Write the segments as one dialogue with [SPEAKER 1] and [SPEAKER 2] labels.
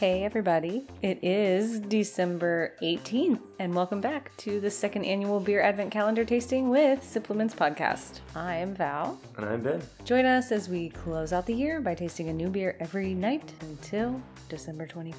[SPEAKER 1] Hey, everybody. It is December 18th, and welcome back to the second annual Beer Advent Calendar Tasting with Supplements Podcast. I'm Val.
[SPEAKER 2] And I'm Ben.
[SPEAKER 1] Join us as we close out the year by tasting a new beer every night until December 24th.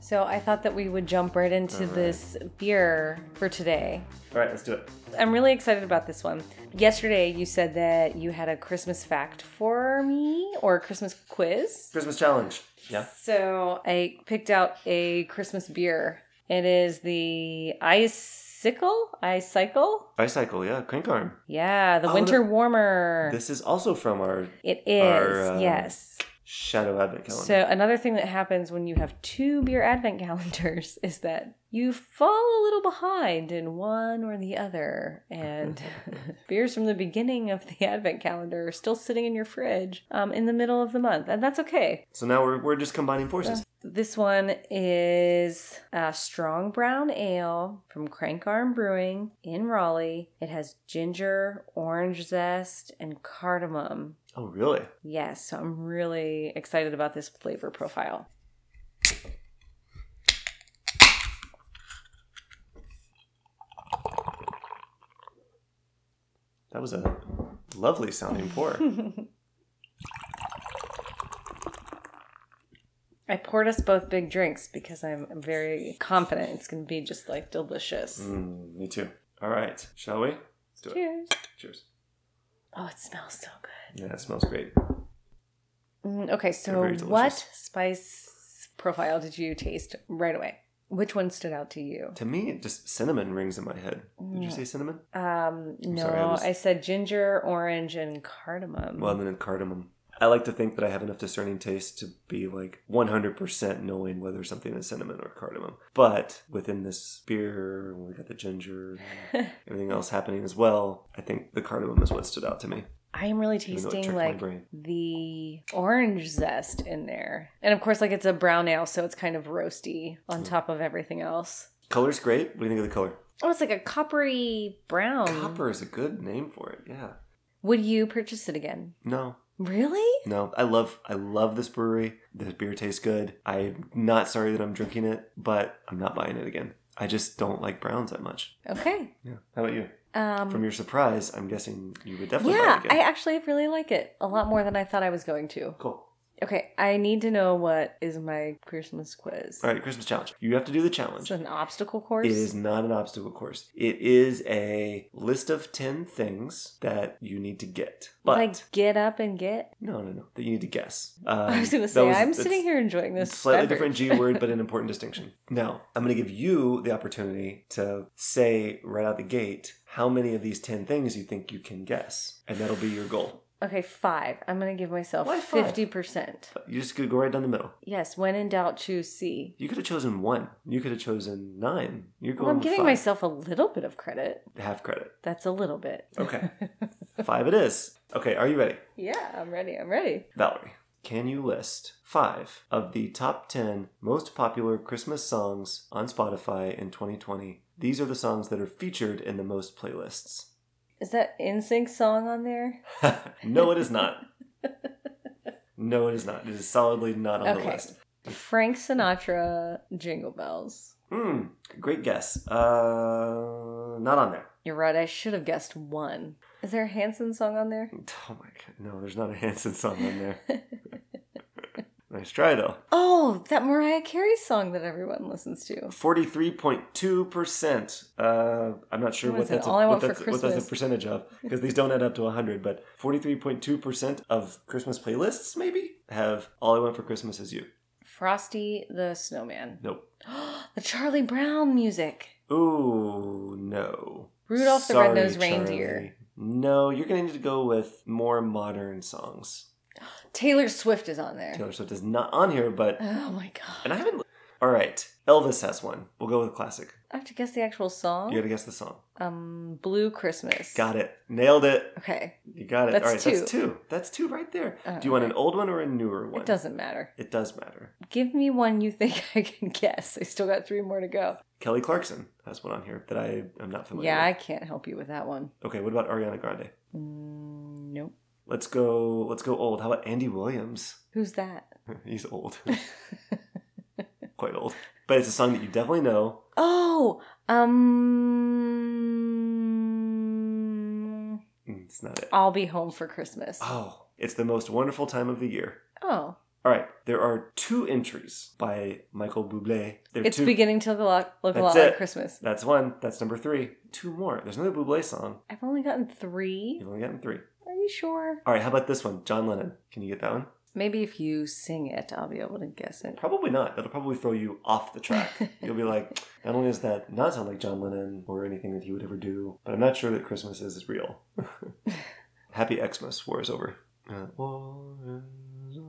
[SPEAKER 1] So I thought that we would jump right into this beer for today.
[SPEAKER 2] All right, let's do it.
[SPEAKER 1] I'm really excited about this one. Yesterday, you said that you had a Christmas fact for me or a Christmas quiz.
[SPEAKER 2] Christmas challenge. Yeah.
[SPEAKER 1] So I picked out a Christmas beer. It is the Icicle? Icicle?
[SPEAKER 2] Bicycle, yeah. Crank arm.
[SPEAKER 1] Yeah, the
[SPEAKER 2] Oh,
[SPEAKER 1] winter
[SPEAKER 2] the-
[SPEAKER 1] warmer.
[SPEAKER 2] This is also from our
[SPEAKER 1] it is,
[SPEAKER 2] our, uh,
[SPEAKER 1] yes.
[SPEAKER 2] Shadow Advent calendar.
[SPEAKER 1] So another thing that happens when you have two beer advent calendars is that you fall a little behind in one or the other, and beers from the beginning of the advent calendar are still sitting in your fridge um, in the middle of the month, and that's okay.
[SPEAKER 2] So now we're, we're just combining forces.
[SPEAKER 1] This one is a strong brown ale from Crank Arm Brewing in Raleigh. It has ginger, orange zest, and cardamom.
[SPEAKER 2] Oh, really?
[SPEAKER 1] Yes, so I'm really excited about this flavor profile.
[SPEAKER 2] That was a lovely sounding pour.
[SPEAKER 1] I poured us both big drinks because I'm I'm very confident it's going to be just like delicious.
[SPEAKER 2] Mm, me too. All right, shall we? Let's do it.
[SPEAKER 1] Cheers.
[SPEAKER 2] Cheers.
[SPEAKER 1] Oh, it smells so good.
[SPEAKER 2] Yeah, it smells great.
[SPEAKER 1] Mm, okay, so
[SPEAKER 2] very delicious.
[SPEAKER 1] what spice profile did you taste right away? Which one stood out to you?
[SPEAKER 2] To me, it just cinnamon rings in my head. Did you
[SPEAKER 1] Mm.
[SPEAKER 2] say cinnamon?
[SPEAKER 1] Um, no,
[SPEAKER 2] sorry, I
[SPEAKER 1] I,
[SPEAKER 2] was-
[SPEAKER 1] said ginger, orange, and cardamom.
[SPEAKER 2] Well, and then cardamom. I like to think that I have enough discerning taste to be like 100% knowing whether something is cinnamon or cardamom. But within this beer, we got the ginger, everything else happening as well. I think the cardamom is what stood out to me.
[SPEAKER 1] I am really
[SPEAKER 2] Even though it
[SPEAKER 1] tasting
[SPEAKER 2] tricked my
[SPEAKER 1] like
[SPEAKER 2] brain.
[SPEAKER 1] the orange zest in there, and of course, like it's a brown ale, so it's kind of roasty
[SPEAKER 2] Hmm.
[SPEAKER 1] on top of everything else.
[SPEAKER 2] Color's great. What do you think of the color?
[SPEAKER 1] Oh, it's like a coppery brown.
[SPEAKER 2] Copper is a good name for it. Yeah.
[SPEAKER 1] Would you purchase it again?
[SPEAKER 2] No,
[SPEAKER 1] Really?
[SPEAKER 2] no. I love, I love this brewery. This beer tastes good. I'm not sorry that I'm drinking it, but I'm not buying it again. I just don't like browns that much.
[SPEAKER 1] Okay.
[SPEAKER 2] Yeah. How about you?
[SPEAKER 1] Um,
[SPEAKER 2] From your surprise, I'm guessing you would definitely buy
[SPEAKER 1] yeah,
[SPEAKER 2] it again.
[SPEAKER 1] I actually really like it a lot more than I thought I was going to.
[SPEAKER 2] Cool.
[SPEAKER 1] Okay, I need to know what is my Christmas quiz.
[SPEAKER 2] All right, Christmas challenge. You have to do the challenge.
[SPEAKER 1] It's an obstacle course.
[SPEAKER 2] It is not an obstacle course. It is a list of 10 things that you need to get. But
[SPEAKER 1] like get up and get.
[SPEAKER 2] no, no, no. That you need to guess. Um,
[SPEAKER 1] I was going to
[SPEAKER 2] that
[SPEAKER 1] say
[SPEAKER 2] was-
[SPEAKER 1] I'm
[SPEAKER 2] that's
[SPEAKER 1] sitting here enjoying this.
[SPEAKER 2] Slightly
[SPEAKER 1] beverage.
[SPEAKER 2] different G word, but an important distinction. Now, I'm going to give you the opportunity to say right out the gate how many of these 10 things you think you can guess. And that'll be your goal.
[SPEAKER 1] Okay, five. I'm gonna give myself
[SPEAKER 2] Why five?
[SPEAKER 1] fifty percent.
[SPEAKER 2] You just could go right down the middle.
[SPEAKER 1] Yes, when in doubt, choose C.
[SPEAKER 2] You could have chosen one. You could have chosen nine. You're going
[SPEAKER 1] Well, I'm
[SPEAKER 2] with
[SPEAKER 1] giving
[SPEAKER 2] five.
[SPEAKER 1] myself a little bit of credit.
[SPEAKER 2] half credit.
[SPEAKER 1] That's a little bit.
[SPEAKER 2] Okay. Five it is. Okay, are you ready?
[SPEAKER 1] yeah, I'm ready. I'm ready.
[SPEAKER 2] Valerie, can you list five of the top 10 most popular Christmas songs on Spotify in 2020? These are the songs that are featured in the most playlists.
[SPEAKER 1] Is that NSYNC song on there?
[SPEAKER 2] no, it is not. No, it is not. It is solidly not on the
[SPEAKER 1] Okay.
[SPEAKER 2] list.
[SPEAKER 1] Frank Sinatra, Jingle Bells.
[SPEAKER 2] Hmm, great guess. Uh, not on there.
[SPEAKER 1] You're right. I should have guessed one. Is there a Hanson song on there?
[SPEAKER 2] Oh my god, no, there's not a Hanson song on there. nice try though.
[SPEAKER 1] oh, that Mariah Carey song that everyone listens to.
[SPEAKER 2] 43.2%. Uh, I'm not sure
[SPEAKER 1] What
[SPEAKER 2] what
[SPEAKER 1] is it?
[SPEAKER 2] that's, a,
[SPEAKER 1] All I
[SPEAKER 2] what,
[SPEAKER 1] want for
[SPEAKER 2] that's what that's
[SPEAKER 1] Christmas.
[SPEAKER 2] a percentage of because these don't add up to 100, but 43.2% of Christmas playlists maybe have All I Want for Christmas Is You.
[SPEAKER 1] Frosty the Snowman.
[SPEAKER 2] Nope.
[SPEAKER 1] the Charlie Brown music.
[SPEAKER 2] Ooh, no.
[SPEAKER 1] Rudolph the Red-Nosed
[SPEAKER 2] Sorry,
[SPEAKER 1] Reindeer.
[SPEAKER 2] Charlie. No, you're going to need to go with more modern songs.
[SPEAKER 1] Taylor Swift is on there.
[SPEAKER 2] Taylor Swift is not on here, but.
[SPEAKER 1] Oh my god.
[SPEAKER 2] And I haven't. All right. Elvis has one. We'll go with classic.
[SPEAKER 1] I have to guess the actual song.
[SPEAKER 2] You got to guess the song.
[SPEAKER 1] Um, Blue Christmas.
[SPEAKER 2] Got it. Nailed it.
[SPEAKER 1] Okay,
[SPEAKER 2] You got it.
[SPEAKER 1] That's
[SPEAKER 2] All right,
[SPEAKER 1] two.
[SPEAKER 2] that's two. That's two right there.
[SPEAKER 1] Uh,
[SPEAKER 2] Do you want an old one or a newer one?
[SPEAKER 1] it doesn't matter.
[SPEAKER 2] It does matter.
[SPEAKER 1] Give me one you think I can guess. I still got three more to go.
[SPEAKER 2] Kelly Clarkson has one on here that I am not familiar
[SPEAKER 1] yeah, I
[SPEAKER 2] with.
[SPEAKER 1] can't help you with that one.
[SPEAKER 2] Okay, what about Ariana Grande?
[SPEAKER 1] Mm, nope.
[SPEAKER 2] Let's go. Let's go old. How about Andy Williams?
[SPEAKER 1] Who's that?
[SPEAKER 2] He's old. old. But it's a song that you definitely know.
[SPEAKER 1] Oh, um,
[SPEAKER 2] Mm, It's not it.
[SPEAKER 1] I'll be home for Christmas.
[SPEAKER 2] Oh, it's the most wonderful time of the year.
[SPEAKER 1] Oh,
[SPEAKER 2] All right, there are two entries by Michael Bublé. There are
[SPEAKER 1] it's
[SPEAKER 2] two.
[SPEAKER 1] beginning to look, look a lot
[SPEAKER 2] That's
[SPEAKER 1] like
[SPEAKER 2] it.
[SPEAKER 1] Christmas.
[SPEAKER 2] That's one. That's number three. Two more. There's another Bublé song.
[SPEAKER 1] I've only gotten three.
[SPEAKER 2] You've only gotten three.
[SPEAKER 1] Are you sure?
[SPEAKER 2] All right, how about this one? John Lennon. Can you get that one?
[SPEAKER 1] Maybe if you sing it, I'll be able to guess it.
[SPEAKER 2] Probably not. That'll probably throw you off the track. You'll be like, not only does that not sound like John Lennon or anything that he would ever do, but I'm not sure that Christmas is real. Happy Xmas. War is over. Uh, war is over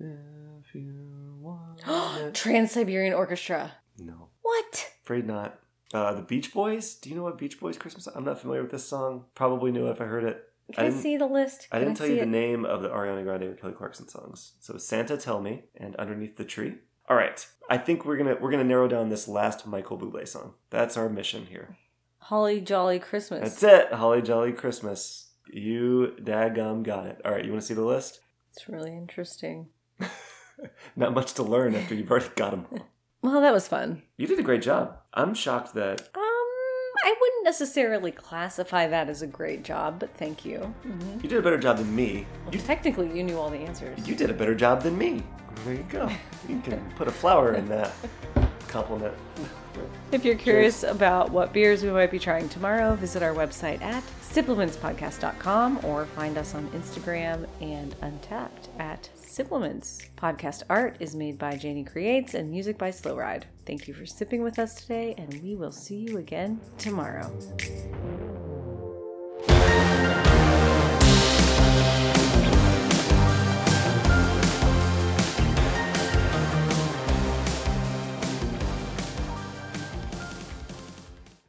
[SPEAKER 2] if you want it.
[SPEAKER 1] Trans Siberian Orchestra.
[SPEAKER 2] no,
[SPEAKER 1] What?
[SPEAKER 2] afraid not. Uh, the Beach Boys. Do you know what Beach Boys Christmas? I'm not familiar with this song. Probably knew if I heard it.
[SPEAKER 1] Can I,
[SPEAKER 2] didn't-
[SPEAKER 1] see the list?
[SPEAKER 2] I
[SPEAKER 1] Can
[SPEAKER 2] didn't tell you
[SPEAKER 1] see
[SPEAKER 2] the
[SPEAKER 1] it?
[SPEAKER 2] name of the Ariana Grande and Kelly Clarkson songs. So Santa Tell Me and Underneath the Tree. All right. I think we're going to we're going to narrow down this last Michael Bublé song. That's our mission here.
[SPEAKER 1] Holly Jolly Christmas.
[SPEAKER 2] That's it. Holly Jolly Christmas. You daggum got it. All right, you want to see the list?
[SPEAKER 1] It's really interesting.
[SPEAKER 2] Not much to learn after you've already got them.
[SPEAKER 1] Well, that was fun.
[SPEAKER 2] You did a great job. I'm shocked that
[SPEAKER 1] Um, I wouldn't necessarily classify that as a great job, but thank you. hmm
[SPEAKER 2] you did a better job than me. You
[SPEAKER 1] Technically, you knew all the answers.
[SPEAKER 2] you did a better job than me. There you go. You can put a flower in that compliment.
[SPEAKER 1] If you're curious about what beers we might be trying tomorrow, visit our website at supplementspodcast.com or find us on Instagram and Untapped at Supplements. Podcast art is made by Janie Creates and music by Slow Ride. Thank you for sipping with us today, and we will see you again tomorrow.